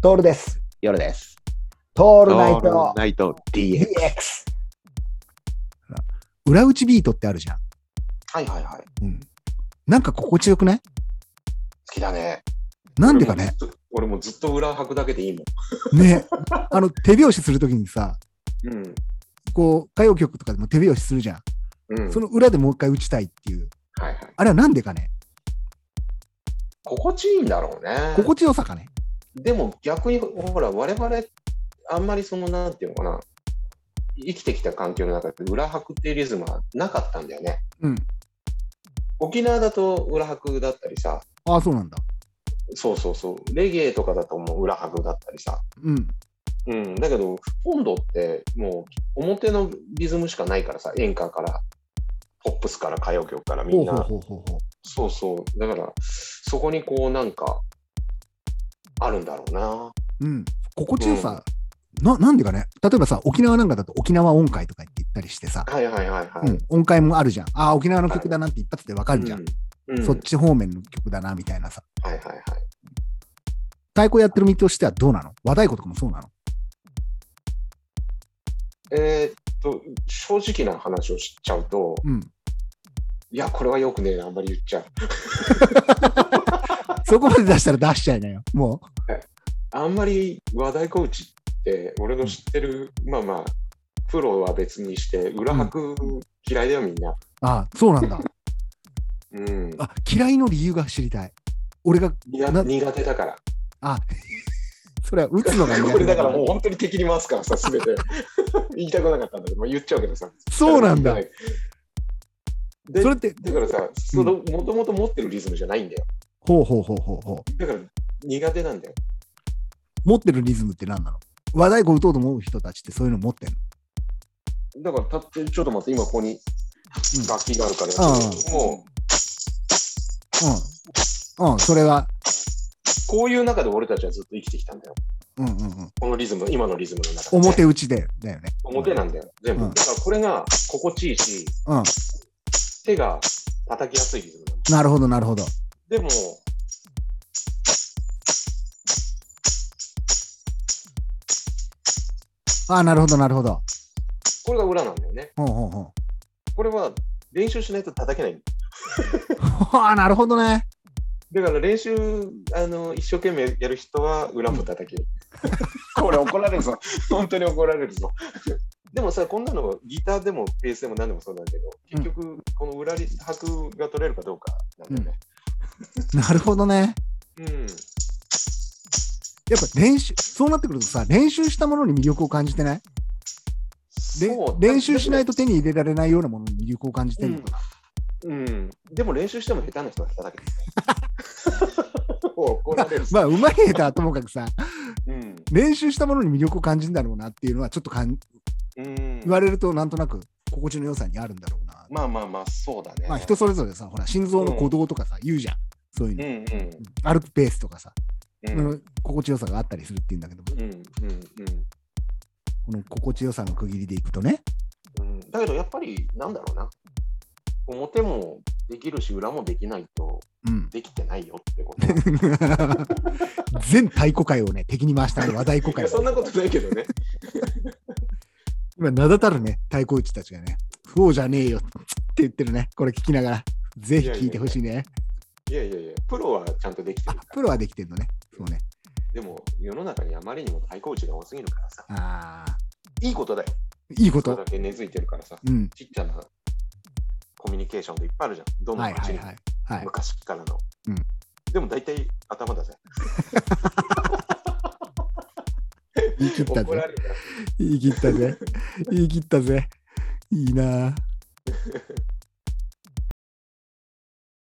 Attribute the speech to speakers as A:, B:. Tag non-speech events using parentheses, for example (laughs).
A: トールです。
B: 夜です。
A: ト
B: オ
A: ールナイト
B: ナイト DX。
A: DX。裏打ちビートってあるじゃん。
B: はいはいはい。好
A: うん。なんか心地よくない
B: きだね。
A: なんでか (laughs) ね。
B: 俺もずっと裏履くだけでいいもん。
A: ね。あの、手拍子するときにさ、
B: うん。
A: こう、歌謡曲とかでも手拍子するじゃん。
B: うん。
A: その裏でもう一回打ちたいっていう。
B: はいはい。
A: あれはなんでかね。
B: 心地いいんだろうね。
A: 心地よさかね。
B: でも逆に、ほら、我々、あんまりその、なんていうのかな。生きてきた環境の中で裏履くっていうリズムはなかったんだよね。
A: うん。
B: 沖縄だと裏履くだったりさ、
A: ああ、そうなんだ。
B: そうそうそう、レゲエとかだともう裏履くだったりさ、
A: うん。
B: うん、だけど、本土ってもう表のリズムしかないからさ、演歌から、ポップスから歌謡曲からみ
A: ほうんほう
B: な、
A: ほうほうほう。
B: そうそう、だから、そこにこう、なんか、あるんだろうな。
A: うん。心地よさ。ななんでかね例えばさ、沖縄なんかだと沖縄音階とか言ったりしてさ、
B: はいはいはいはい。
A: うん、音階もあるじゃん。ああ、沖縄の曲だなって一発でわかるじゃん。
B: うん、うん
A: そっち方面の曲だなみたいなさ。
B: はいはいはい。
A: 太鼓やってる身としてはどうなの和太鼓とかもそうなの
B: えーっと、正直な話をしちゃうと、
A: うん。
B: いや、これはよくねえな、あんまり言っちゃう。
A: そこまで出したら出しちゃいなよ。も
B: あんまり和太鼓打ちって、俺の知ってる、まあまあ、プロは別にして、裏拍嫌いだよ、みんな。
A: う。ああ、そうなんだ。
B: うん。
A: あ、嫌いの理由が知りたい。俺が、
B: 苦
A: な
B: 苦手だから。
A: あ、それは打つのが
B: (laughs)
A: 苦手
B: これだからもう本当に敵に回すからさ、
A: (laughs)
B: すべて。言いたくなかったんだけど、まあ、言っちゃうけどさ。
A: そうなんだ
B: は。いで
A: それって、
B: だからさ、そのもともと持ってるリズムじゃないんだよ。
A: ほうほうほうほうほ
B: だから苦手なんだよ。
A: う。持ってるリズムって何なの和太鼓打とうと思う人たちってそういうの持ってんの
B: だからたって、ちょっと待って、今ここに
A: うん
B: 楽器があるからやってみるけど、もう
A: うん。うん、それは、
B: こういう中で俺たちはずっと生きてきたんだよ。
A: うんうんうん。
B: このリズム、今のリズムの中で、
A: 表打ちで、だよね。
B: 表なんだよ、全部。
A: うん
B: だからこれが心地いいし、
A: うん。
B: 手が叩きやすいリズムなんだ
A: なるほど、なるほど。
B: でも、
A: ああ、なるほど、なるほど。
B: これが裏なんだよね。
A: ほうほうほう。
B: これは練習しないと叩けないんだよ
A: (laughs) ああ、なるほどね。
B: だから練習あの一生懸命やる人は裏も叩ける。これ怒られるぞ。本当に怒られるぞ。でもさ、こんなのギターでもベースでも何でもそうなんだけど、結局、この裏拍が取れるかどうかなんだよね。
A: なるほどね。
B: う
A: や
B: ん。
A: っぱ練習、そうなってくるとさ、練習したものに魅力を感じてないれ
B: そう
A: 練習しない
B: と。
A: と手に入れられないようなものに魅力を感じてるのかな。
B: うん。でも練習しても下手な人は叩ける。 (laughs) 怒られるぞ。
A: まあ、うまい下手はと (laughs) もかくさ、
B: うん。
A: 練習したものに魅力を感じるんだろうなっていうのは、ちょっとかん
B: うん
A: 言われると、なんとなく心地の良さにあるんだろうな。
B: まあまあまあ、そうだね。
A: まあ、人それぞれさ、ほら、心臓の鼓動とかさ、言うじゃん。そういう
B: うん
A: の。
B: うん
A: 歩くペースとかさ、
B: うん。うん
A: うん心地よさがあったりするっていうんだけど、こ
B: うんうん。
A: の心地よさの区切りでいくとね。
B: うん、だけどやっぱりなんだろうな表もできるし裏もできないと
A: うん。 (laughs)
B: できてないよってこと
A: 全太鼓界をね、敵に回したね、和太鼓
B: い
A: 界
B: や
A: を
B: そん。なことないけどね
A: 今、名だたるね、太鼓打ちたちがね、そうじゃねえよって言ってるね、これ聞きながら、ぜひ聞いてほしいね。
B: いやいやいやプロはちゃんとできて
A: あ
B: るから
A: プロはできてるのね。そうね。
B: でも世の中にあまりにも太鼓打ちが多すぎるからさ
A: ああ、
B: いいことだよ
A: いいこ
B: それ
A: と
B: だ。け根付いてるからさ
A: うん。
B: ちっちゃなコミュニケーションっていっぱいあるじゃんどん
A: は
B: ない
A: は
B: 街
A: い
B: に、
A: はい。
B: (laughs)
A: はい、
B: 昔からの、
A: うん
B: でも大体頭だぜ
A: 言い切った
B: 怒ら
A: ぜ。
B: れるから
A: 言い切ったぜ。言い切ったぜ。いいなあ